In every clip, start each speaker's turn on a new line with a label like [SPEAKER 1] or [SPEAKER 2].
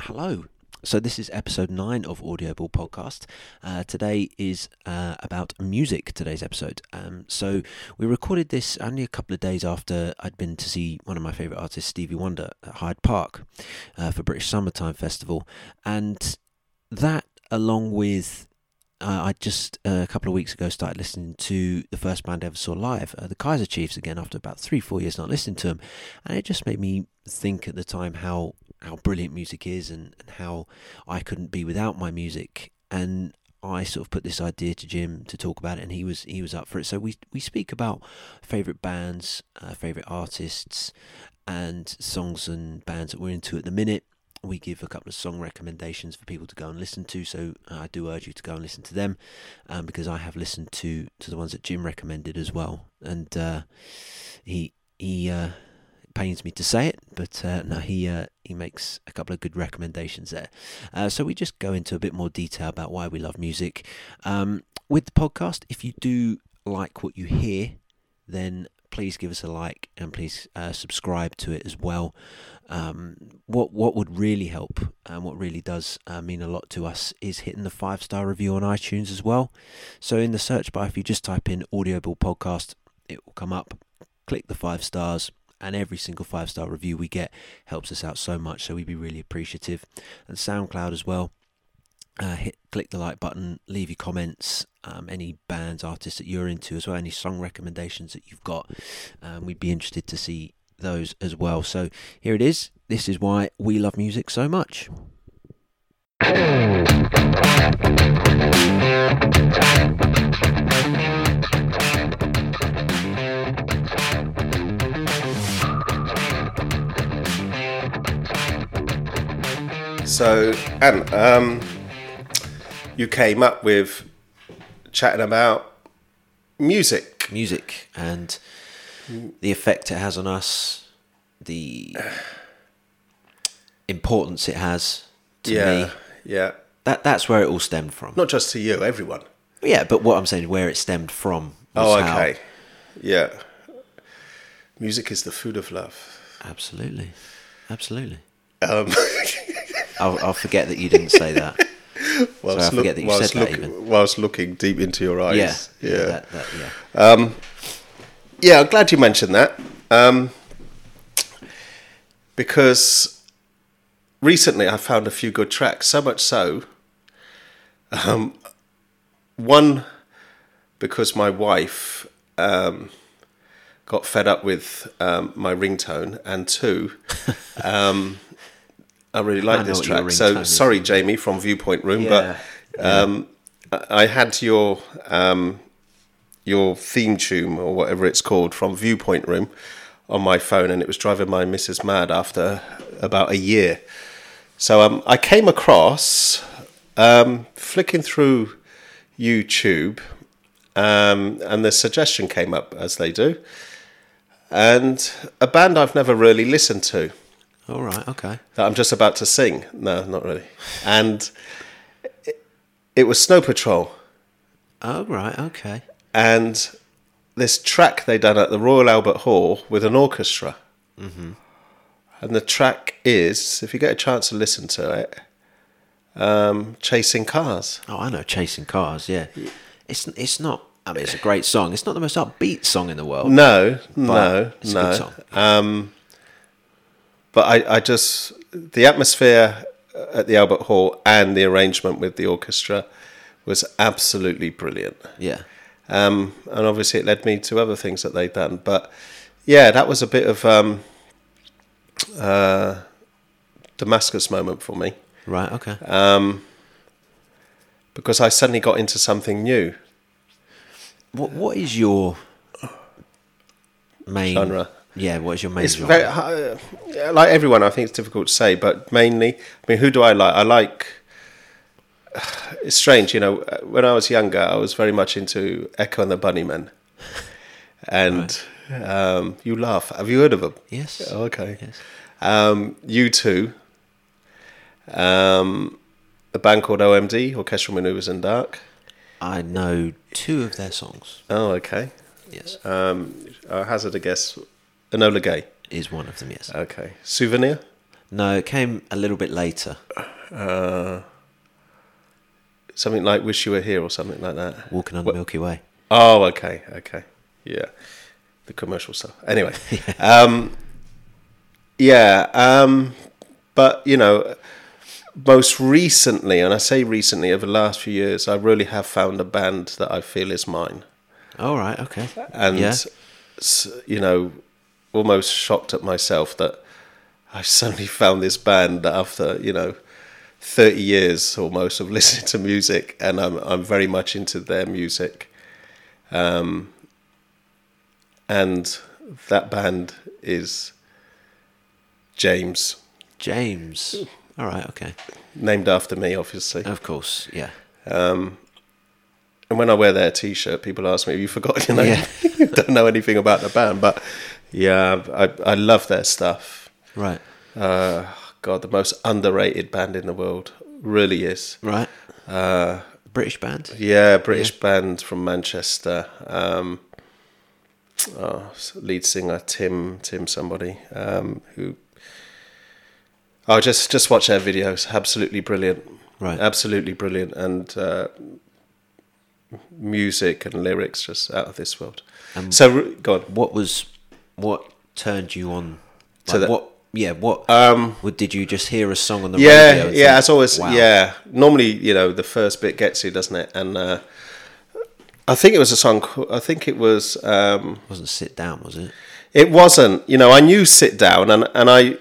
[SPEAKER 1] hello. So, this is episode nine of Audio Ball Podcast. Uh, today is uh, about music, today's episode. Um, so, we recorded this only a couple of days after I'd been to see one of my favourite artists, Stevie Wonder, at Hyde Park uh, for British Summertime Festival. And that, along with uh, I just uh, a couple of weeks ago started listening to the first band I ever saw live, uh, the Kaiser Chiefs, again after about three, four years not listening to them, and it just made me think at the time how how brilliant music is and, and how I couldn't be without my music. And I sort of put this idea to Jim to talk about it, and he was he was up for it. So we we speak about favorite bands, uh, favorite artists, and songs and bands that we're into at the minute we give a couple of song recommendations for people to go and listen to. So uh, I do urge you to go and listen to them um, because I have listened to to the ones that Jim recommended as well, and uh, he he. Uh, it pains me to say it but uh, no he uh, he makes a couple of good recommendations there uh, so we just go into a bit more detail about why we love music um, with the podcast if you do like what you hear then please give us a like and please uh, subscribe to it as well. Um, what what would really help and what really does uh, mean a lot to us is hitting the five star review on iTunes as well. So in the search bar, if you just type in Audible Podcast, it will come up. Click the five stars. And every single five star review we get helps us out so much, so we'd be really appreciative. And SoundCloud as well. Uh, hit click the like button, leave your comments, um, any bands, artists that you're into as well, any song recommendations that you've got. Um, we'd be interested to see those as well. So here it is. This is why we love music so much.
[SPEAKER 2] So, Anne, um, you came up with chatting about music.
[SPEAKER 1] Music and the effect it has on us, the importance it has to
[SPEAKER 2] yeah,
[SPEAKER 1] me.
[SPEAKER 2] yeah.
[SPEAKER 1] That that's where it all stemmed from.
[SPEAKER 2] Not just to you, everyone.
[SPEAKER 1] Yeah, but what I'm saying, where it stemmed from.
[SPEAKER 2] Oh,
[SPEAKER 1] Was how-
[SPEAKER 2] okay. Yeah. Music is the food of love.
[SPEAKER 1] absolutely, absolutely.
[SPEAKER 2] Um,
[SPEAKER 1] I'll, I'll forget that you didn't say that. Sorry, I
[SPEAKER 2] whilst,
[SPEAKER 1] forget that you said
[SPEAKER 2] whilst,
[SPEAKER 1] that even.
[SPEAKER 2] whilst looking deep into your
[SPEAKER 1] Yeah,
[SPEAKER 2] eyes.
[SPEAKER 1] yeah, that, that, yeah.
[SPEAKER 2] Yeah, I'm glad you mentioned that. Um, because recently I found a few good tracks, so much so. Um, one, because my wife um, got fed up with um, my ringtone, and two, um, I really like
[SPEAKER 1] know
[SPEAKER 2] this
[SPEAKER 1] what your
[SPEAKER 2] track. So
[SPEAKER 1] ringtone is.
[SPEAKER 2] sorry, Jamie from Viewpoint Room,
[SPEAKER 1] Yeah.
[SPEAKER 2] but um, I I had your. Um, your theme tune or whatever it's called from Viewpoint Room on my phone, and it was driving my missus mad after about a year. So um, I came across um, flicking through YouTube, um, and the suggestion came up as they do, and a band I've never really listened to
[SPEAKER 1] All right, okay.
[SPEAKER 2] that I'm just about to sing. No, not really. And it- it was Snow Patrol.
[SPEAKER 1] All right, okay.
[SPEAKER 2] and this track they done at the Royal Albert Hall with an orchestra. Mm-hmm. And the track is, if you get a chance to listen to it, um, Chasing Cars.
[SPEAKER 1] Oh, I know, chasing cars. Yeah, it's it's not. I mean, it's a great song. It's not the most upbeat song in the world.
[SPEAKER 2] No, no,
[SPEAKER 1] it's a
[SPEAKER 2] no.
[SPEAKER 1] good song.
[SPEAKER 2] Um, but I, I just, the atmosphere at the Albert Hall and the arrangement with the orchestra was absolutely brilliant.
[SPEAKER 1] Yeah,
[SPEAKER 2] um, and obviously it led me to other things that they'd done. But yeah, that was a bit of um, uh, Damascus moment for me
[SPEAKER 1] right, okay.
[SPEAKER 2] Uh, because I suddenly got into something new
[SPEAKER 1] what what is your main
[SPEAKER 2] genre.
[SPEAKER 1] Yeah, what is your main
[SPEAKER 2] It's
[SPEAKER 1] genre?
[SPEAKER 2] very uh, like everyone. I think it's difficult to say, but mainly, I mean, who do I like? I like. It's strange, you know. uh, When I was younger, I was very much into Echo and the Bunnymen, and um, you laugh. Have you heard of them?
[SPEAKER 1] yes.
[SPEAKER 2] Okay.
[SPEAKER 1] Yes.
[SPEAKER 2] Um, U2, um, a band called OMD, Orchestral Maneuvers in Dark.
[SPEAKER 1] I know two of their songs.
[SPEAKER 2] Oh, okay.
[SPEAKER 1] Yes,
[SPEAKER 2] Um, I hazard a guess. Enola Gay.
[SPEAKER 1] is one of them. Yes.
[SPEAKER 2] Okay. Souvenir.
[SPEAKER 1] No, it came a little bit later.
[SPEAKER 2] Uh, something like "Wish You Were Here" or something like that.
[SPEAKER 1] Walking on
[SPEAKER 2] What-
[SPEAKER 1] the Milky Way.
[SPEAKER 2] Oh, okay, okay, yeah, the commercial stuff. Anyway, um, yeah, um, but you know, most recently, and I say recently, over the last few years, I really have found a band that I feel is mine,
[SPEAKER 1] All right. Okay.
[SPEAKER 2] and
[SPEAKER 1] Yeah.
[SPEAKER 2] s- you know, almost shocked at myself that I suddenly found this band after you know. 30 years almost of listening to music and I'm I'm very much into their music Um, and that band is James,
[SPEAKER 1] James. All right. Okay.
[SPEAKER 2] named after me, obviously.
[SPEAKER 1] Of course. Yeah.
[SPEAKER 2] And when I wear their T-shirt, people ask me, "Have you forgotten your name?"
[SPEAKER 1] Yeah.
[SPEAKER 2] You Don't know anything about the band, but yeah, I I love their stuff.
[SPEAKER 1] Right.
[SPEAKER 2] Uh, God, the most underrated band in the world, really is.
[SPEAKER 1] Right.
[SPEAKER 2] Uh,
[SPEAKER 1] British band.
[SPEAKER 2] Yeah, British band from Manchester. Um, oh, s- lead singer Tim Tim somebody um, who. Oh, just just watch their videos. Absolutely brilliant.
[SPEAKER 1] Right.
[SPEAKER 2] Absolutely brilliant, and uh, music and lyrics just out of this world.
[SPEAKER 1] Um,
[SPEAKER 2] so r- go on.
[SPEAKER 1] What was what turned you on?
[SPEAKER 2] To
[SPEAKER 1] Like,
[SPEAKER 2] the-
[SPEAKER 1] what? Yeah. What?
[SPEAKER 2] Um,
[SPEAKER 1] what- did you just hear a song on the
[SPEAKER 2] yeah,
[SPEAKER 1] radio? and
[SPEAKER 2] yeah.
[SPEAKER 1] think,
[SPEAKER 2] It's always
[SPEAKER 1] wow,
[SPEAKER 2] yeah. Normally, you know, the first bit gets you, doesn't it? And uh, I think it was a song. ca- I think it was. Um,
[SPEAKER 1] it Wasn't sit down, was it?
[SPEAKER 2] It wasn't. You know, I knew sit down, and and I,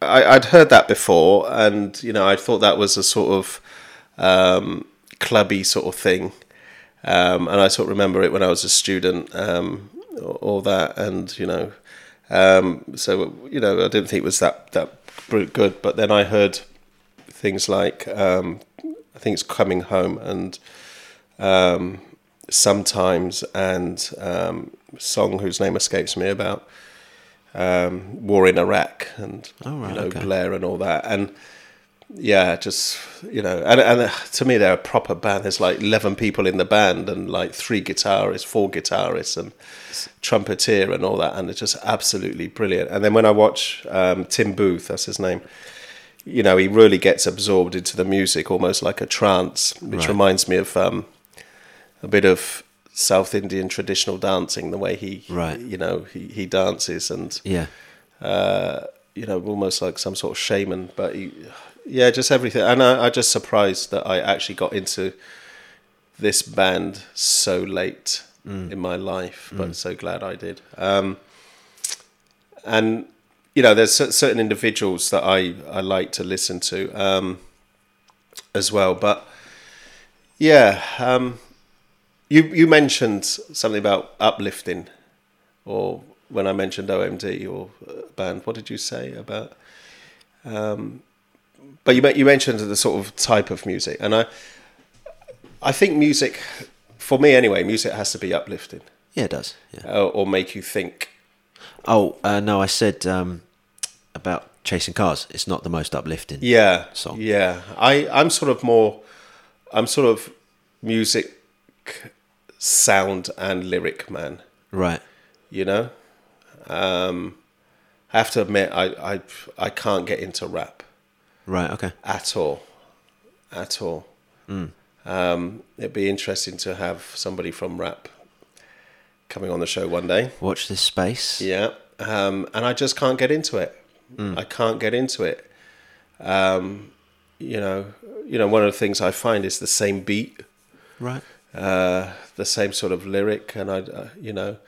[SPEAKER 2] I I'd heard that before, and you know, I thought that was a sort of um, clubby sort of thing, um, and I sort of remember it when I was a student, um, all that, and you know, um, so you know, I didn't think it was that that br- good, but then I heard things like um, I think it's coming home and um, sometimes and um, song whose name escapes me about um, war in Iraq and
[SPEAKER 1] Oh, right,
[SPEAKER 2] you know
[SPEAKER 1] okay.
[SPEAKER 2] Blair and all that and yeah just you know and, and uh, to me they're a proper band there's like 11 people in the band and like three guitarists four guitarists and trumpeter and all that and it's just absolutely brilliant and then when I watch um, Tim Booth that's his name you know, he really gets absorbed into the music, almost like a trance, which
[SPEAKER 1] Right.
[SPEAKER 2] reminds me of um, a bit of South Indian traditional dancing, the way he,
[SPEAKER 1] Right.
[SPEAKER 2] you know, he, he dances and,
[SPEAKER 1] Yeah.
[SPEAKER 2] uh, you know, almost like some sort of shaman. But he, yeah, just everything. And I, I just surprised that I actually got into this band so late in my life, but so glad I did. Um, and you know, there's cer- certain individuals that I I like to listen to um, as well, but yeah, um, you you mentioned something about uplifting, or when I mentioned OMD or uh, band, what did you say about? Um, but you men- you mentioned the sort of type of music, and I I think music, for me anyway, music has to be uplifting
[SPEAKER 1] Yeah, it does. Yeah.
[SPEAKER 2] uh, or make you think.
[SPEAKER 1] Oh uh, no, I said um, about chasing cars. It's not the most uplifting.
[SPEAKER 2] Yeah.
[SPEAKER 1] song.
[SPEAKER 2] Yeah. I, I'm sort of more, I'm sort of music, sound, and lyric man,
[SPEAKER 1] Right.
[SPEAKER 2] you know? Um, I have to admit, I, I, I can't get into rap
[SPEAKER 1] Right. Okay.
[SPEAKER 2] at all. At all.
[SPEAKER 1] Hmm.
[SPEAKER 2] Um, it'd be interesting to have somebody from rap coming on the show one day.
[SPEAKER 1] Watch this space.
[SPEAKER 2] Yeah, um, and I just can't get into it.
[SPEAKER 1] Hmm.
[SPEAKER 2] I can't get into it. Um, you know, you know, one of the things I find is the same beat,
[SPEAKER 1] Right.
[SPEAKER 2] uh, the same sort of lyric, and I, uh, you know,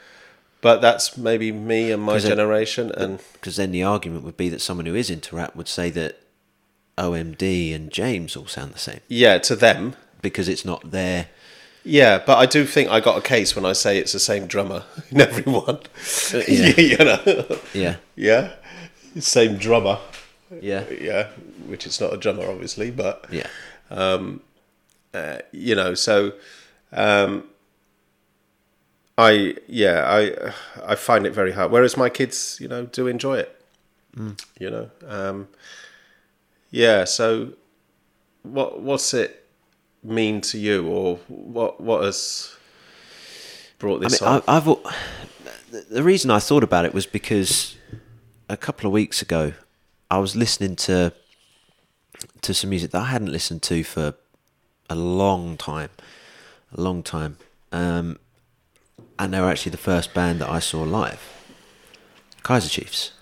[SPEAKER 2] but that's maybe me and my
[SPEAKER 1] 'Cause it-
[SPEAKER 2] generation, and
[SPEAKER 1] Because then the argument would be that someone who is into rap would say that OMD and James all sound the same
[SPEAKER 2] yeah, to them,
[SPEAKER 1] because it's not their.
[SPEAKER 2] yeah. But I do think I got a case when I say it's the same drummer in everyone.
[SPEAKER 1] Yeah.
[SPEAKER 2] you know,
[SPEAKER 1] Yeah.
[SPEAKER 2] yeah, same drummer,
[SPEAKER 1] Yeah.
[SPEAKER 2] yeah, which it's not a drummer, obviously, but
[SPEAKER 1] Yeah.
[SPEAKER 2] uh, you know so um i yeah i i find it very hard whereas my kids you know do enjoy it
[SPEAKER 1] Mm.
[SPEAKER 2] you know um yeah so what what's it mean to you or what what has brought
[SPEAKER 1] I mean,
[SPEAKER 2] this on
[SPEAKER 1] I, I've. al- The the reason I thought about it was because a couple of weeks ago, I was listening to to some music that I hadn't listened to for a long time, a long time, um, and they were actually the first band that I saw live, Kaiser Chiefs.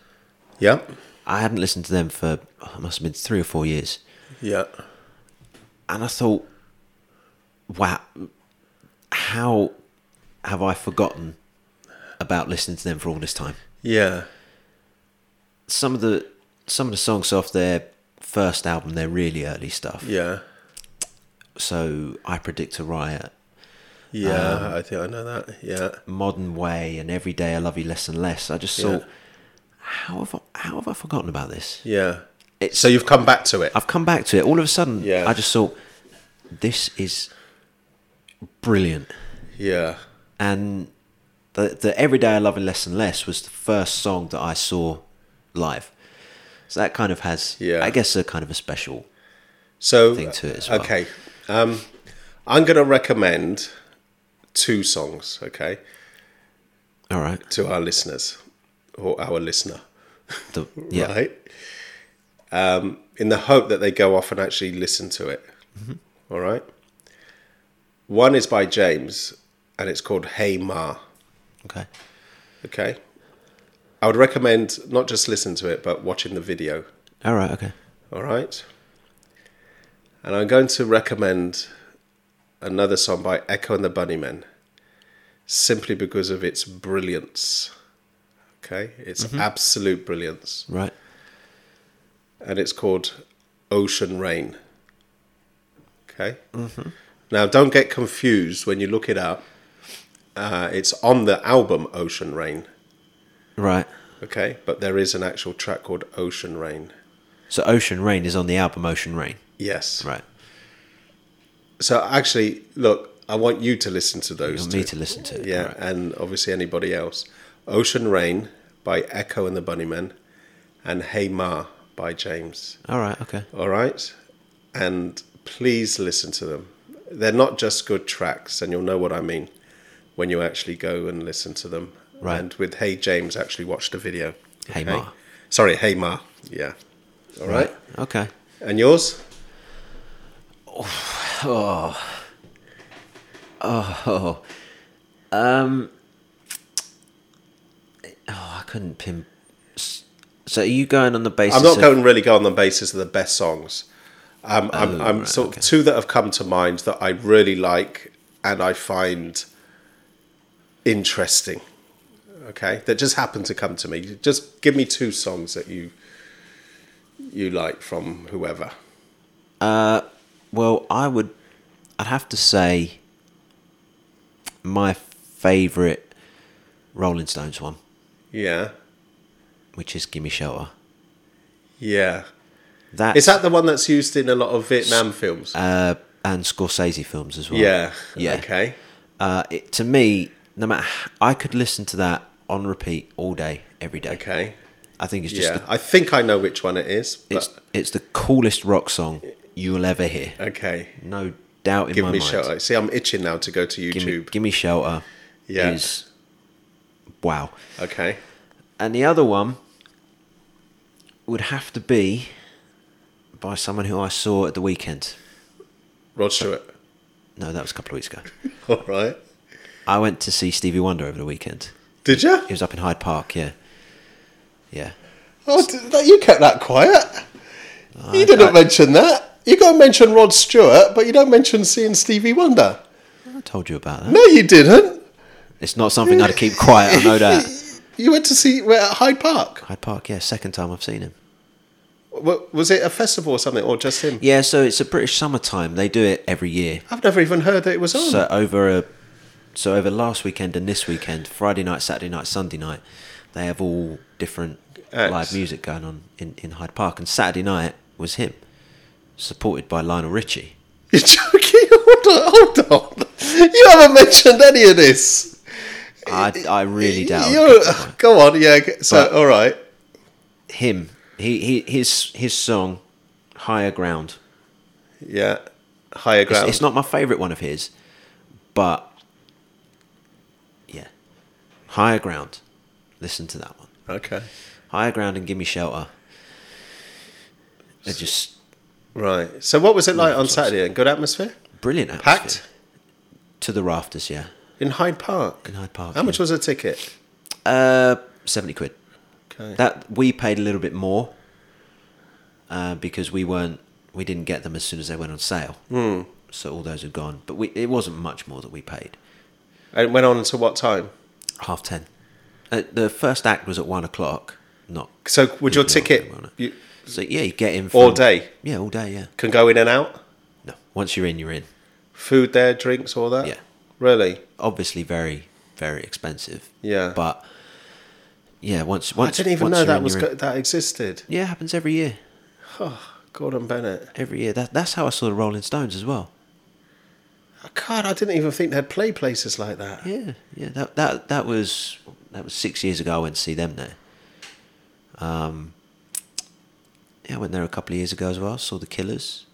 [SPEAKER 2] Yeah.
[SPEAKER 1] I hadn't listened to them for oh, it must have been three or four years,
[SPEAKER 2] Yeah.
[SPEAKER 1] and I thought, wow, how have I forgotten about listening to them for all this time?
[SPEAKER 2] Yeah.
[SPEAKER 1] some of the some of the songs off their first album, their really early stuff.
[SPEAKER 2] Yeah.
[SPEAKER 1] So I predict a riot,
[SPEAKER 2] Yeah. I think I know that. Yeah.
[SPEAKER 1] modern way, and every day I love you less and less. I just
[SPEAKER 2] Yeah.
[SPEAKER 1] thought, how have I, how have I forgotten about this?
[SPEAKER 2] Yeah.
[SPEAKER 1] It's-
[SPEAKER 2] so you've come back to it.
[SPEAKER 1] I've come back to it all of a sudden.
[SPEAKER 2] Yeah.
[SPEAKER 1] I just thought this is brilliant,
[SPEAKER 2] yeah.
[SPEAKER 1] and the the every day I love you less and less was the first song that I saw live. So that kind of has,
[SPEAKER 2] Yeah.
[SPEAKER 1] I guess, a kind of a special.
[SPEAKER 2] So
[SPEAKER 1] thing to it as well.
[SPEAKER 2] Okay. Um, I'm going to recommend two songs. Okay,
[SPEAKER 1] All right,
[SPEAKER 2] to our listeners or our listener.
[SPEAKER 1] the, yeah,
[SPEAKER 2] Right. Um, in the hope that they go off and actually listen to it. All right. One is by James, and it's called Hey Ma.
[SPEAKER 1] okay,
[SPEAKER 2] Okay. I would recommend not just listen to it, but watching the video.
[SPEAKER 1] all right, okay.
[SPEAKER 2] All right. And I'm going to recommend another song by Echo and the Bunnymen simply because of its brilliance. Okay? It's absolute brilliance.
[SPEAKER 1] Right.
[SPEAKER 2] And it's called Ocean Rain. Okay? Now, don't get confused when you look it up. Uh, it's on the album Ocean Rain.
[SPEAKER 1] Right.
[SPEAKER 2] Okay? But there is an actual track called Ocean Rain.
[SPEAKER 1] So Ocean Rain is on the album Ocean Rain.
[SPEAKER 2] Yes.
[SPEAKER 1] Right.
[SPEAKER 2] So actually, look, I want you to listen to those.
[SPEAKER 1] For
[SPEAKER 2] two.
[SPEAKER 1] me to listen to.
[SPEAKER 2] yeah,
[SPEAKER 1] Right.
[SPEAKER 2] and obviously anybody else. Ocean Rain by Echo and the Bunnymen, and Hey Ma by James.
[SPEAKER 1] All right. Okay.
[SPEAKER 2] All right, and please listen to them. They're not just good tracks, and you'll know what I mean when you actually go and listen to them.
[SPEAKER 1] Right.
[SPEAKER 2] And with Hey James, actually watch the video.
[SPEAKER 1] Hey
[SPEAKER 2] okay?
[SPEAKER 1] Ma.
[SPEAKER 2] Sorry, Hey Ma. Yeah. All right.
[SPEAKER 1] Okay.
[SPEAKER 2] And yours?
[SPEAKER 1] Oh. Um. Oh, I couldn't pin. s- So are you going on the basis?
[SPEAKER 2] I'm not
[SPEAKER 1] of-
[SPEAKER 2] going really go on the basis of the best songs. Um, I'm,
[SPEAKER 1] Oh,
[SPEAKER 2] I'm
[SPEAKER 1] right,
[SPEAKER 2] sort
[SPEAKER 1] okay.
[SPEAKER 2] of two that have come to mind that I really like and I find interesting. Okay, that just happened to come to me. Just give me two songs that you you like from whoever.
[SPEAKER 1] Well, I would. I'd have to say. My favorite Rolling Stones one,
[SPEAKER 2] Yeah,
[SPEAKER 1] which is "Gimme Shelter."
[SPEAKER 2] yeah.
[SPEAKER 1] That
[SPEAKER 2] Is that the one that's used in a lot of Vietnam films?
[SPEAKER 1] uh, and Scorsese films as well.
[SPEAKER 2] yeah.
[SPEAKER 1] Yeah.
[SPEAKER 2] Okay.
[SPEAKER 1] Uh, it, to me, no matter, h- I could listen to that on repeat all day, every day.
[SPEAKER 2] Okay.
[SPEAKER 1] I think it's just
[SPEAKER 2] Yeah.
[SPEAKER 1] the,
[SPEAKER 2] I think I know which one it is. But
[SPEAKER 1] it's it's the coolest rock song you'll ever hear.
[SPEAKER 2] okay.
[SPEAKER 1] No doubt in
[SPEAKER 2] Give
[SPEAKER 1] my
[SPEAKER 2] me
[SPEAKER 1] mind.
[SPEAKER 2] shelter. See, I'm itching now to go to YouTube.
[SPEAKER 1] Give me, give me shelter.
[SPEAKER 2] Yeah.
[SPEAKER 1] Is wow.
[SPEAKER 2] Okay.
[SPEAKER 1] And the other one would have to be by someone who I saw at the weekend.
[SPEAKER 2] Rod Stewart.
[SPEAKER 1] No, that was a couple of weeks ago.
[SPEAKER 2] All right.
[SPEAKER 1] I went to see Stevie Wonder over the weekend.
[SPEAKER 2] Did you?
[SPEAKER 1] He was up in Hyde Park. Yeah. Yeah.
[SPEAKER 2] Oh, did that, you kept that quiet. You didn't
[SPEAKER 1] I-
[SPEAKER 2] mention that. You got to mention Rod Stewart, but you don't mention seeing Stevie Wonder.
[SPEAKER 1] I told you about that.
[SPEAKER 2] No, you didn't.
[SPEAKER 1] It's not something I'd keep quiet. I know that.
[SPEAKER 2] You went to see we're at Hyde Park.
[SPEAKER 1] Hyde Park. Yeah, second time I've seen him.
[SPEAKER 2] W- Was it a festival or something, or just him?
[SPEAKER 1] Yeah, so it's a British summertime. They do it every year.
[SPEAKER 2] I've never even heard that it was on.
[SPEAKER 1] So over a, so over last weekend and this weekend, Friday night, Saturday night, Sunday night, they have all different
[SPEAKER 2] Acts.
[SPEAKER 1] live music going on in, in Hyde Park. And Saturday night was him, supported by Lionel Richie.
[SPEAKER 2] You're joking. Hold on, hold on. You haven't mentioned any of this.
[SPEAKER 1] I, I
[SPEAKER 2] eh,
[SPEAKER 1] really doubt
[SPEAKER 2] You're,
[SPEAKER 1] it.
[SPEAKER 2] go on, yeah. g- So,
[SPEAKER 1] But-
[SPEAKER 2] all right.
[SPEAKER 1] him. He, he his his song, Higher Ground.
[SPEAKER 2] Yeah. Higher
[SPEAKER 1] It's,
[SPEAKER 2] ground.
[SPEAKER 1] it's not my favourite one of his, but yeah, Higher Ground. Listen to that one.
[SPEAKER 2] Okay.
[SPEAKER 1] Higher Ground and Gimme Shelter. They're just
[SPEAKER 2] Right. So what was it like on Saturday? then? Good atmosphere?
[SPEAKER 1] brilliant. Atmosphere.
[SPEAKER 2] Packed?
[SPEAKER 1] to the rafters. Yeah,
[SPEAKER 2] In Hyde Park?
[SPEAKER 1] in Hyde Park.
[SPEAKER 2] How much was a ticket?
[SPEAKER 1] Uh, seventy quid.
[SPEAKER 2] Okay.
[SPEAKER 1] That we paid a little bit more uh, because we weren't we didn't get them as soon as they went on sale.
[SPEAKER 2] Hmm.
[SPEAKER 1] Mm. So all those are gone. But we it wasn't much more that we paid.
[SPEAKER 2] and it went on to what time?
[SPEAKER 1] Half ten. Uh, the first act was at one o'clock. Not
[SPEAKER 2] So would your
[SPEAKER 1] Yeah,
[SPEAKER 2] ticket
[SPEAKER 1] well, no.
[SPEAKER 2] you
[SPEAKER 1] so. Yeah, you get in from,
[SPEAKER 2] all day?
[SPEAKER 1] Yeah, all day. Yeah.
[SPEAKER 2] Can go in and out?
[SPEAKER 1] No, once you're in, you're in.
[SPEAKER 2] Food there, drinks, all that?
[SPEAKER 1] Yeah.
[SPEAKER 2] Really?
[SPEAKER 1] Obviously, very very expensive.
[SPEAKER 2] Yeah.
[SPEAKER 1] But yeah, once
[SPEAKER 2] I
[SPEAKER 1] once
[SPEAKER 2] didn't even
[SPEAKER 1] once
[SPEAKER 2] know
[SPEAKER 1] you're
[SPEAKER 2] that
[SPEAKER 1] in,
[SPEAKER 2] was
[SPEAKER 1] you're in.
[SPEAKER 2] go- that existed. Oh,
[SPEAKER 1] Yeah, it happens every year.
[SPEAKER 2] Gordon Bennett.
[SPEAKER 1] Every year. That, that's how I saw the Rolling Stones as well.
[SPEAKER 2] Oh, God, I didn't even think they'd play places like that.
[SPEAKER 1] Yeah, yeah. That that that was that was six years ago. I went to see them there. Um, yeah, I went there a couple of years ago as well. Saw the Killers.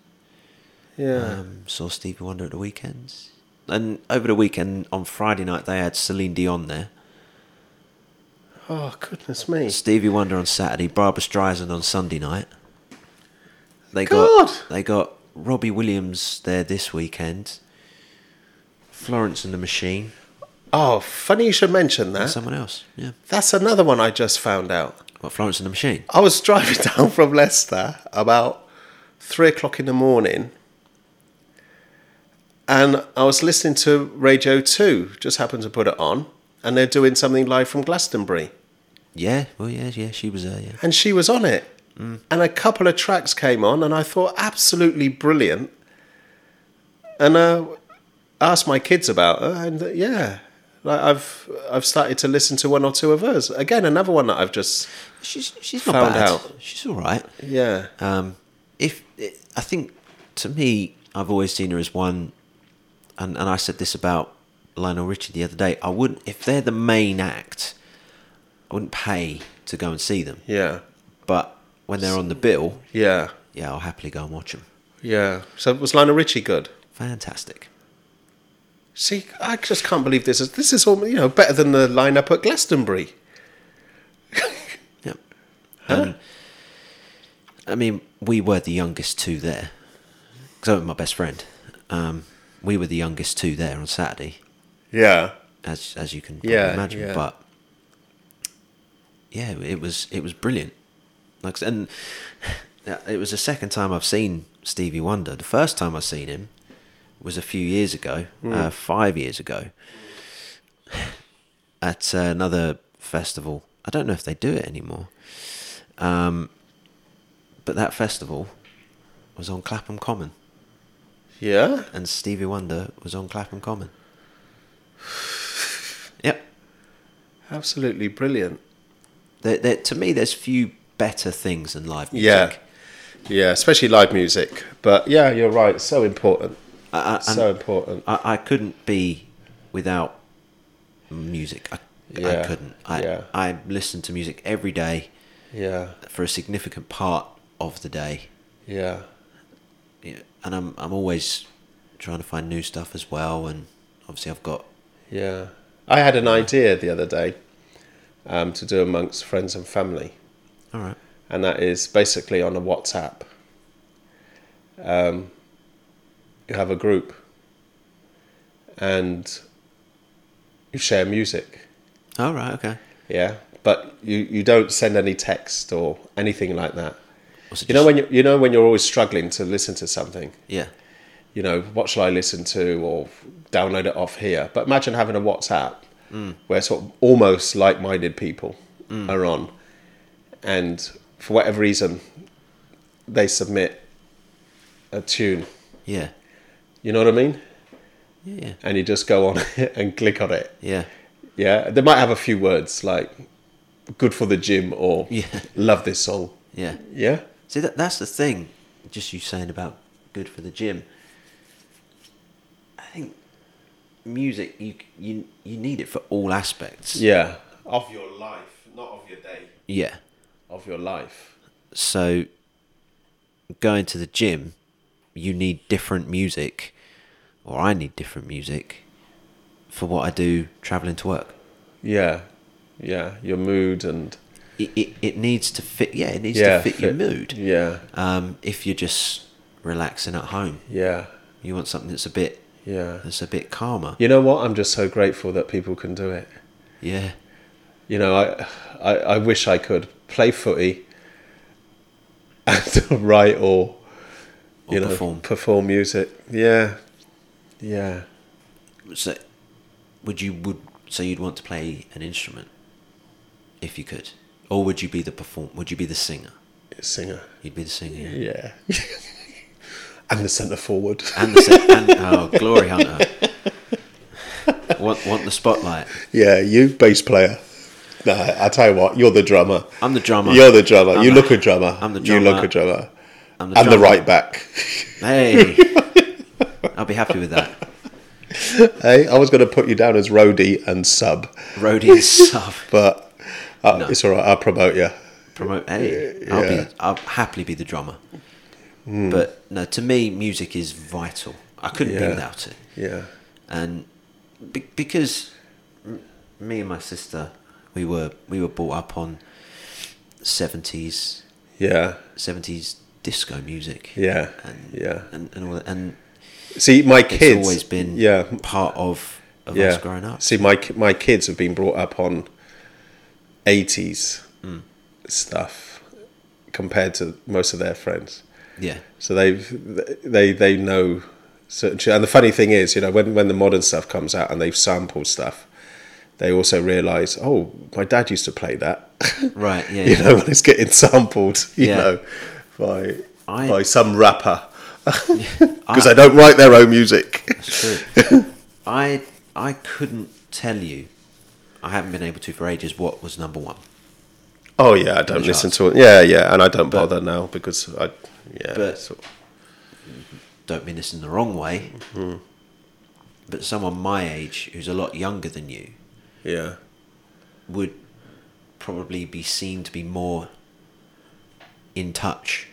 [SPEAKER 2] Yeah.
[SPEAKER 1] Um, saw Stevie Wonder at the weekends. And over the weekend on Friday night they had Celine Dion there,
[SPEAKER 2] oh goodness me.
[SPEAKER 1] Stevie Wonder on Saturday, Barbara Streisand on Sunday night. They
[SPEAKER 2] God.
[SPEAKER 1] got they got Robbie Williams there this weekend. Florence and the Machine.
[SPEAKER 2] Oh, funny you should mention that.
[SPEAKER 1] Someone else, yeah.
[SPEAKER 2] That's another one I just found out.
[SPEAKER 1] What Florence and the Machine?
[SPEAKER 2] I was driving down from Leicester about three o'clock in the morning, and I was listening to Radio Two. Just happened to put it on, and they're doing something live from Glastonbury,
[SPEAKER 1] Yeah, well, yeah, yeah. She was there. Yeah.
[SPEAKER 2] and she was on it. And a couple of tracks came on, and I thought absolutely brilliant. And uh, I asked my kids about her, and uh, yeah, like I've I've started to listen to one or two of hers. Again, another one that I've just
[SPEAKER 1] She's she's not
[SPEAKER 2] Found
[SPEAKER 1] bad.
[SPEAKER 2] out.
[SPEAKER 1] She's all right.
[SPEAKER 2] yeah.
[SPEAKER 1] Um, if I think to me, I've always seen her as one, and and I said this about Lionel Richie the other day. I wouldn't if they're the main act. I wouldn't pay to go and see them,
[SPEAKER 2] Yeah,
[SPEAKER 1] but when they're on the bill,
[SPEAKER 2] yeah,
[SPEAKER 1] yeah, I'll happily go and watch them.
[SPEAKER 2] yeah. So was Lionel Richie good?
[SPEAKER 1] Fantastic.
[SPEAKER 2] See, I just can't believe this is this is all you know better than the lineup at Glastonbury.
[SPEAKER 1] Yep. And Um, I mean, we were the youngest two there. Because I was with my best friend. Um, we were the youngest two there on Saturday,
[SPEAKER 2] Yeah,
[SPEAKER 1] as as you can probably
[SPEAKER 2] Yeah,
[SPEAKER 1] imagine.
[SPEAKER 2] yeah.
[SPEAKER 1] But yeah, it was it was brilliant. Like, and it was the second time I've seen Stevie Wonder. The first time I seen him was a few years ago,
[SPEAKER 2] Hmm.
[SPEAKER 1] uh, five years ago, at uh, another festival. I don't know if they do it anymore. Um, but that festival was on Clapham Common,
[SPEAKER 2] yeah.
[SPEAKER 1] and Stevie Wonder was on Clapham Common. Yep.
[SPEAKER 2] Absolutely brilliant.
[SPEAKER 1] There, there, to me, there's few better things than live music.
[SPEAKER 2] Yeah, yeah. Especially live music, but yeah, you're right. So important.
[SPEAKER 1] I, I,
[SPEAKER 2] so important.
[SPEAKER 1] I, I couldn't be without music. I, I
[SPEAKER 2] Yeah,
[SPEAKER 1] couldn't. I,
[SPEAKER 2] yeah.
[SPEAKER 1] I listen to music every day
[SPEAKER 2] Yeah,
[SPEAKER 1] for a significant part of the day,
[SPEAKER 2] yeah,
[SPEAKER 1] Yeah, and I'm I'm always trying to find new stuff as well. And obviously, I've got
[SPEAKER 2] yeah. I had an idea the other day um, to do amongst friends and family.
[SPEAKER 1] all right.
[SPEAKER 2] and that is basically on a WhatsApp. Um, you have a group, and you share music.
[SPEAKER 1] All right. Okay.
[SPEAKER 2] Yeah, but you, you don't send any text or anything like that.
[SPEAKER 1] Was it
[SPEAKER 2] You know
[SPEAKER 1] just-
[SPEAKER 2] when you, you know when you're always struggling to listen to something.
[SPEAKER 1] Yeah.
[SPEAKER 2] You know what shall I listen to or download it off here? But imagine having a WhatsApp where sort of almost like-minded people are on, and for whatever reason, they submit a tune.
[SPEAKER 1] Yeah.
[SPEAKER 2] You know what I mean?
[SPEAKER 1] Yeah.
[SPEAKER 2] And you just go on and click on it.
[SPEAKER 1] Yeah.
[SPEAKER 2] Yeah, they might have a few words like "good for the gym" or
[SPEAKER 1] Yeah.
[SPEAKER 2] "love this song."
[SPEAKER 1] Yeah.
[SPEAKER 2] Yeah,
[SPEAKER 1] See that that's the thing. Just you saying about good for the gym. I think music you you you need it for all aspects.
[SPEAKER 2] yeah. Of your life, not of your day.
[SPEAKER 1] Yeah.
[SPEAKER 2] Of your life.
[SPEAKER 1] So going to the gym, you need different music, or I need different music for what I do traveling to work.
[SPEAKER 2] Yeah, yeah. Your mood and
[SPEAKER 1] it, it, it needs to fit. Yeah, it needs
[SPEAKER 2] Yeah,
[SPEAKER 1] to fit, your
[SPEAKER 2] fit-
[SPEAKER 1] mood.
[SPEAKER 2] Yeah.
[SPEAKER 1] Um, if you're just relaxing at home,
[SPEAKER 2] Yeah.
[SPEAKER 1] you want something that's a bit
[SPEAKER 2] Yeah.
[SPEAKER 1] that's a bit calmer.
[SPEAKER 2] You know what? I'm just so grateful that people can do it.
[SPEAKER 1] Yeah,
[SPEAKER 2] You know, I I, I wish I could play footy and write or
[SPEAKER 1] or
[SPEAKER 2] you know
[SPEAKER 1] perform.
[SPEAKER 2] perform music. Yeah. Yeah.
[SPEAKER 1] So, would you would so you'd want to play an instrument if you could, or would you be the perform? Would you be the singer?
[SPEAKER 2] Singer.
[SPEAKER 1] You'd be the singer. yeah.
[SPEAKER 2] Yeah. I'm the centre forward.
[SPEAKER 1] And the se- and, oh, glory hunter. want want the spotlight?
[SPEAKER 2] Yeah, you bass player. No, I tell you what, you're the drummer.
[SPEAKER 1] I'm the drummer.
[SPEAKER 2] You're the drummer.
[SPEAKER 1] I'm
[SPEAKER 2] you
[SPEAKER 1] a-
[SPEAKER 2] look a drummer.
[SPEAKER 1] I'm the
[SPEAKER 2] You look
[SPEAKER 1] drummer.
[SPEAKER 2] a drummer.
[SPEAKER 1] I'm
[SPEAKER 2] And the
[SPEAKER 1] drummer.
[SPEAKER 2] right back.
[SPEAKER 1] Hey, I'll be happy with that.
[SPEAKER 2] hey, I was going to put you down as roadie and sub,
[SPEAKER 1] Roadie and sub
[SPEAKER 2] but uh,
[SPEAKER 1] No.
[SPEAKER 2] it's all right. I'll promote you.
[SPEAKER 1] promote. Hey, I'll
[SPEAKER 2] Yeah. Hmm.
[SPEAKER 1] be. I'll happily be the drummer. But no, to me, music is vital. I couldn't
[SPEAKER 2] Yeah.
[SPEAKER 1] be without it.
[SPEAKER 2] Yeah.
[SPEAKER 1] and be- because m- me and my sister we were we were brought up on 70s
[SPEAKER 2] Yeah.
[SPEAKER 1] 70s disco music
[SPEAKER 2] Yeah.
[SPEAKER 1] and
[SPEAKER 2] Yeah.
[SPEAKER 1] and, and all that and
[SPEAKER 2] See, my kids.
[SPEAKER 1] it's always been
[SPEAKER 2] Yeah.
[SPEAKER 1] part of of
[SPEAKER 2] Yeah.
[SPEAKER 1] us growing up
[SPEAKER 2] See, my, ki- my kids have been brought up on 80s
[SPEAKER 1] Mm.
[SPEAKER 2] stuff compared to most of their friends.
[SPEAKER 1] yeah
[SPEAKER 2] So they've they they know certain. shit. And the funny thing is, you know, when when the modern stuff comes out and they've sampled stuff, they also realise, oh, my dad used to play that.
[SPEAKER 1] right yeah,
[SPEAKER 2] you know, when it's getting sampled, you
[SPEAKER 1] Yeah.
[SPEAKER 2] know, by
[SPEAKER 1] I-
[SPEAKER 2] by some rapper because
[SPEAKER 1] I-
[SPEAKER 2] they don't write their own music.
[SPEAKER 1] It's true. i i couldn't tell you i haven't been able to for ages what was number one
[SPEAKER 2] Oh yeah, I don't
[SPEAKER 1] the
[SPEAKER 2] listen to it. Yeah, yeah, and I don't bother now because I yeah.
[SPEAKER 1] But-
[SPEAKER 2] so-
[SPEAKER 1] don't mean this in the wrong way
[SPEAKER 2] Mm-hmm.
[SPEAKER 1] but someone my age who's a lot younger than you
[SPEAKER 2] yeah.
[SPEAKER 1] would probably be seen to be more in touch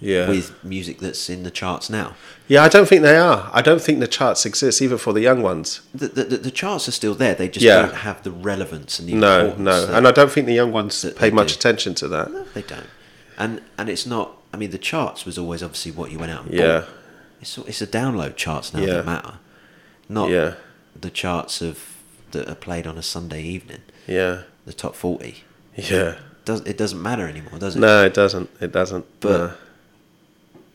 [SPEAKER 2] Yeah.
[SPEAKER 1] with music that's in the charts now.
[SPEAKER 2] yeah, I don't think they are. I don't think the charts exist even for the young ones.
[SPEAKER 1] The, the, the, the charts are still there, they just
[SPEAKER 2] Yeah.
[SPEAKER 1] don't have the relevance and the
[SPEAKER 2] No,
[SPEAKER 1] importance.
[SPEAKER 2] no,
[SPEAKER 1] that-
[SPEAKER 2] and I don't think the young ones
[SPEAKER 1] that
[SPEAKER 2] pay
[SPEAKER 1] they
[SPEAKER 2] much
[SPEAKER 1] do.
[SPEAKER 2] attention to that.
[SPEAKER 1] they don't. And and it's not, I mean, the charts was always obviously what you went out and
[SPEAKER 2] Yeah,
[SPEAKER 1] bought. It's, it's the download charts now
[SPEAKER 2] Yeah.
[SPEAKER 1] that matter, not
[SPEAKER 2] yeah,
[SPEAKER 1] the charts of that are played on a Sunday evening,
[SPEAKER 2] yeah,
[SPEAKER 1] the top 40.
[SPEAKER 2] yeah.
[SPEAKER 1] Does, it doesn't matter anymore, does it?
[SPEAKER 2] No, it doesn't. It doesn't.
[SPEAKER 1] But-
[SPEAKER 2] no.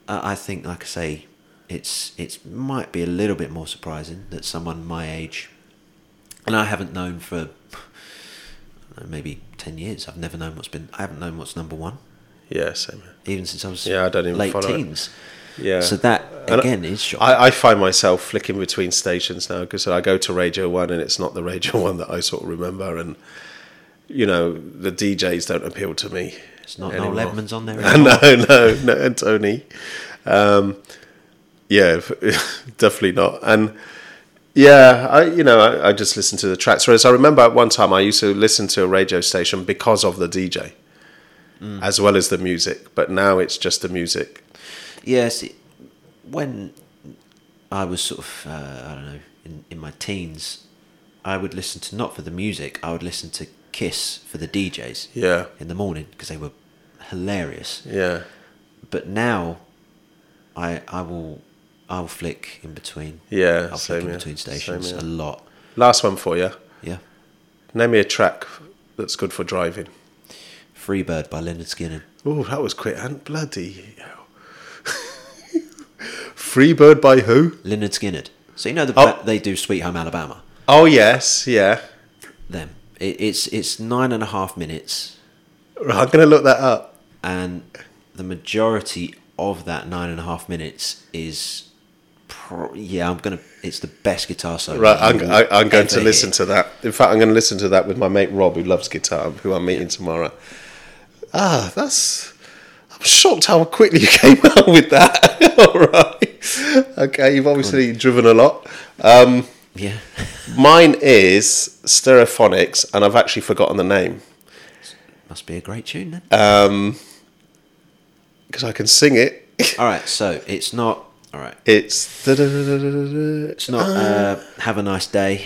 [SPEAKER 1] I I think, like I say, it's it's might be a little bit more surprising that someone my age, and I haven't known for I don't know, maybe ten years. I've never known what's been. I haven't known what's number one
[SPEAKER 2] yeah, same. here.
[SPEAKER 1] even since I was
[SPEAKER 2] Yeah, I don't even
[SPEAKER 1] late
[SPEAKER 2] follow it.
[SPEAKER 1] teens.
[SPEAKER 2] Yeah.
[SPEAKER 1] So that
[SPEAKER 2] And
[SPEAKER 1] again is shocking.
[SPEAKER 2] I, I find myself flicking between stations now because I go to Radio One and it's not the Radio One that I sort of remember, and you know the DJs don't appeal to me.
[SPEAKER 1] It's not
[SPEAKER 2] anymore.
[SPEAKER 1] Noel Edmonds on there.
[SPEAKER 2] no, no, no, and Tony. Um, yeah, f- definitely not. And yeah, I you know I, I just listen to the tracks. Whereas I remember at one time I used to listen to a radio station because of the DJ,
[SPEAKER 1] Mm.
[SPEAKER 2] as well as the music. But now it's just the music.
[SPEAKER 1] Yes, it, when I was sort of uh, I don't know in, in my teens, I would listen to not for the music. I would listen to Kiss for the DJs.
[SPEAKER 2] Yeah,
[SPEAKER 1] in the morning because they were hilarious.
[SPEAKER 2] yeah,
[SPEAKER 1] But now, I I will I'll flick in between.
[SPEAKER 2] yeah.
[SPEAKER 1] I'll
[SPEAKER 2] same
[SPEAKER 1] flick in
[SPEAKER 2] here,
[SPEAKER 1] between
[SPEAKER 2] same
[SPEAKER 1] stations
[SPEAKER 2] here.
[SPEAKER 1] a lot.
[SPEAKER 2] Last one for you.
[SPEAKER 1] Yeah,
[SPEAKER 2] Name me a track that's good for driving.
[SPEAKER 1] Free Bird by Leonard Skinner.
[SPEAKER 2] Oh, that was quick and bloody. hell. Free Bird by who?
[SPEAKER 1] Leonard Skinner. So you know the
[SPEAKER 2] Oh.
[SPEAKER 1] they do Sweet Home Alabama.
[SPEAKER 2] Oh yes, yeah.
[SPEAKER 1] Them. It, it's it's nine and a half minutes,
[SPEAKER 2] I'm gonna look that up.
[SPEAKER 1] and the majority of that nine and a half minutes is. Pro- yeah, I'm gonna. It's the best guitar solo.
[SPEAKER 2] Right,
[SPEAKER 1] you
[SPEAKER 2] I'm,
[SPEAKER 1] will
[SPEAKER 2] I, I'm going
[SPEAKER 1] ever
[SPEAKER 2] to listen
[SPEAKER 1] hear.
[SPEAKER 2] to that. In fact, I'm going to listen to that with my mate Rob, who loves guitar, who I'm meeting tomorrow. Ah, that's. I'm shocked how quickly you came out with that. All right. Okay, you've obviously driven a lot. Um,
[SPEAKER 1] Yeah,
[SPEAKER 2] mine is Stereophonics, and I've actually forgotten the name
[SPEAKER 1] must be a great tune then.
[SPEAKER 2] because I can sing it.
[SPEAKER 1] All right, so it's not. All right,
[SPEAKER 2] It's. It's
[SPEAKER 1] It's not uh, have a nice day,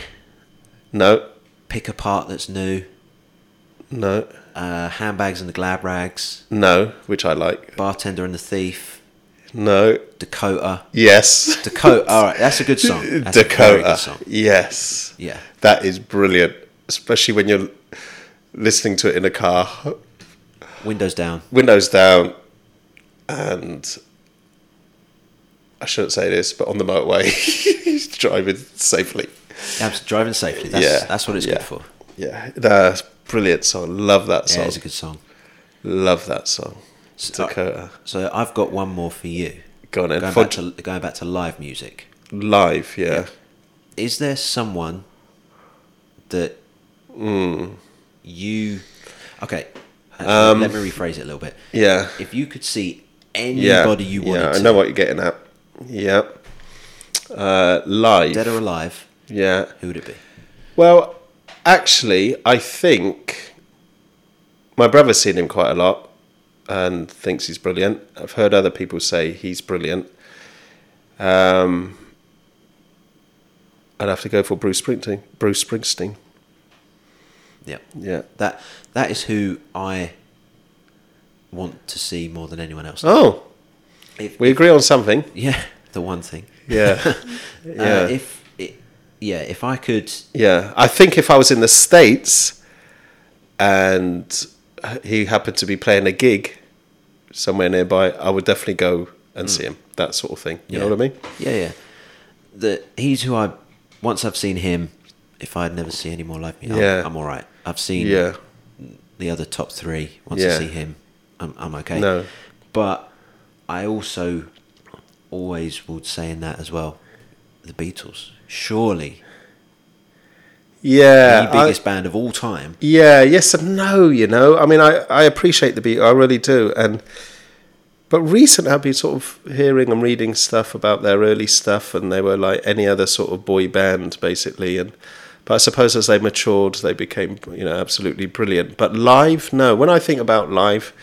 [SPEAKER 2] No,
[SPEAKER 1] pick a part that's new,
[SPEAKER 2] no.
[SPEAKER 1] uh, Handbags and the Glad Rags,
[SPEAKER 2] No, which I like.
[SPEAKER 1] Bartender and the Thief,
[SPEAKER 2] No.
[SPEAKER 1] Dakota.
[SPEAKER 2] Yes.
[SPEAKER 1] Dakota. All right, that's a good song. That's a very
[SPEAKER 2] Dakota.
[SPEAKER 1] good song.
[SPEAKER 2] Yes.
[SPEAKER 1] Yeah.
[SPEAKER 2] That is brilliant, especially when you're listening to it in a car,
[SPEAKER 1] Windows down.
[SPEAKER 2] windows down, and I shouldn't say this, but on the motorway, driving safely.
[SPEAKER 1] Abs- driving safely. That's,
[SPEAKER 2] yeah,
[SPEAKER 1] that's what it's
[SPEAKER 2] yeah.
[SPEAKER 1] good for.
[SPEAKER 2] Yeah, that's brilliant song. Love that
[SPEAKER 1] Yeah,
[SPEAKER 2] song.
[SPEAKER 1] it's a good song.
[SPEAKER 2] Love that song.
[SPEAKER 1] So-
[SPEAKER 2] Dakota.
[SPEAKER 1] So I've got one more for you.
[SPEAKER 2] Go on, Ed.
[SPEAKER 1] Going
[SPEAKER 2] For
[SPEAKER 1] back to going back to live music.
[SPEAKER 2] live, yeah.
[SPEAKER 1] Is there someone that
[SPEAKER 2] Hmm.
[SPEAKER 1] you? Okay, uh,
[SPEAKER 2] Um,
[SPEAKER 1] let me rephrase it a little bit.
[SPEAKER 2] Yeah.
[SPEAKER 1] If you could see
[SPEAKER 2] Yeah.
[SPEAKER 1] anybody you wanted
[SPEAKER 2] yeah,
[SPEAKER 1] to,
[SPEAKER 2] I know what you're getting at. Yeah. Uh, live.
[SPEAKER 1] dead or alive,
[SPEAKER 2] yeah.
[SPEAKER 1] who would it be?
[SPEAKER 2] Well, actually, I think my brother's seen him quite a lot and thinks he's brilliant. I've heard other people say he's brilliant. Um, I'd have to go for Bruce Springsteen. Bruce Springsteen.
[SPEAKER 1] Yeah,
[SPEAKER 2] Yeah.
[SPEAKER 1] that that is who I want to see more than anyone else.
[SPEAKER 2] Oh,
[SPEAKER 1] If-
[SPEAKER 2] we agree on something.
[SPEAKER 1] Yeah, the one thing.
[SPEAKER 2] Yeah. yeah.
[SPEAKER 1] Uh, if it, yeah, if I could,
[SPEAKER 2] Yeah, I think if I was in the states and he happened to be playing a gig somewhere nearby, I would definitely go and see him. That sort of thing. You know
[SPEAKER 1] Mm. Yeah.
[SPEAKER 2] what I mean?
[SPEAKER 1] yeah, yeah. The he's who I once I've seen him. If I'd never see any more like me, I'm,
[SPEAKER 2] Yeah.
[SPEAKER 1] I'm all right. I've seen
[SPEAKER 2] Yeah,
[SPEAKER 1] the other top three. Once I
[SPEAKER 2] Yeah.
[SPEAKER 1] see him, I'm, I'm okay.
[SPEAKER 2] No.
[SPEAKER 1] But I also always would say in that as well, the Beatles. Surely
[SPEAKER 2] yeah,
[SPEAKER 1] the
[SPEAKER 2] Uh, I-
[SPEAKER 1] biggest band of all time.
[SPEAKER 2] yeah. Yes and no. You know, I mean, I I appreciate the beat. I really do. And but recent, I've been sort of hearing and reading stuff about their early stuff, and they were like any other sort of boy band, basically. And but I suppose as they matured, they became you know absolutely brilliant. But live, no. When I think about live,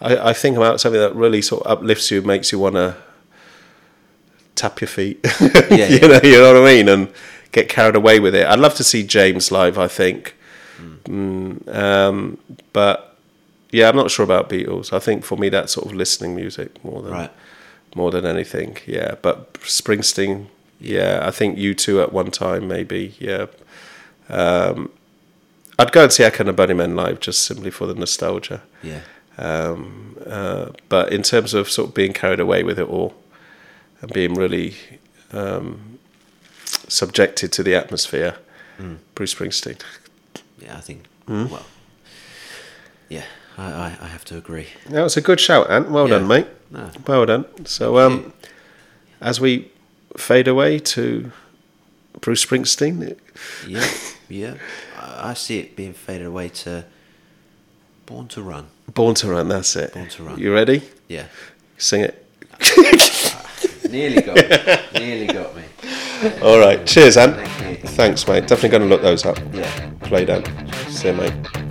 [SPEAKER 2] I, I think about something that really sort of uplifts you, makes you want to tap your feet.
[SPEAKER 1] Yeah,
[SPEAKER 2] you
[SPEAKER 1] yeah.
[SPEAKER 2] know, you know what I mean, and get carried away with it. I'd love to see James live. I think, Mm, um, but yeah, I'm not sure about Beatles. I think for me, that's sort of listening music more than
[SPEAKER 1] Right.
[SPEAKER 2] more than anything. Yeah, but Springsteen. Yeah, I think you two at one time maybe. Yeah, um, I'd go and see Echo and Bunny Men live just simply for the nostalgia.
[SPEAKER 1] Yeah.
[SPEAKER 2] Um, uh, but in terms of sort of being carried away with it all and being really um, subjected to the atmosphere, Bruce Springsteen.
[SPEAKER 1] Yeah, I think.
[SPEAKER 2] Hmm?
[SPEAKER 1] Well, yeah, I, I, I have to agree.
[SPEAKER 2] That was a good shout, Ant. Well
[SPEAKER 1] Yeah.
[SPEAKER 2] done, mate.
[SPEAKER 1] No.
[SPEAKER 2] Well done. So, um, as we fade away to Bruce Springsteen,
[SPEAKER 1] Yeah, yeah. I, I see it being faded away to Born to Run.
[SPEAKER 2] Born to Run, that's it.
[SPEAKER 1] Born to Run.
[SPEAKER 2] You ready?
[SPEAKER 1] Yeah.
[SPEAKER 2] Sing it.
[SPEAKER 1] Nearly got me. Nearly got me.
[SPEAKER 2] All right. Cheers, Ant.
[SPEAKER 1] Thank you.
[SPEAKER 2] Thanks, mate. Definitely going to look those up.
[SPEAKER 1] Yeah.
[SPEAKER 2] Play down. See you, mate.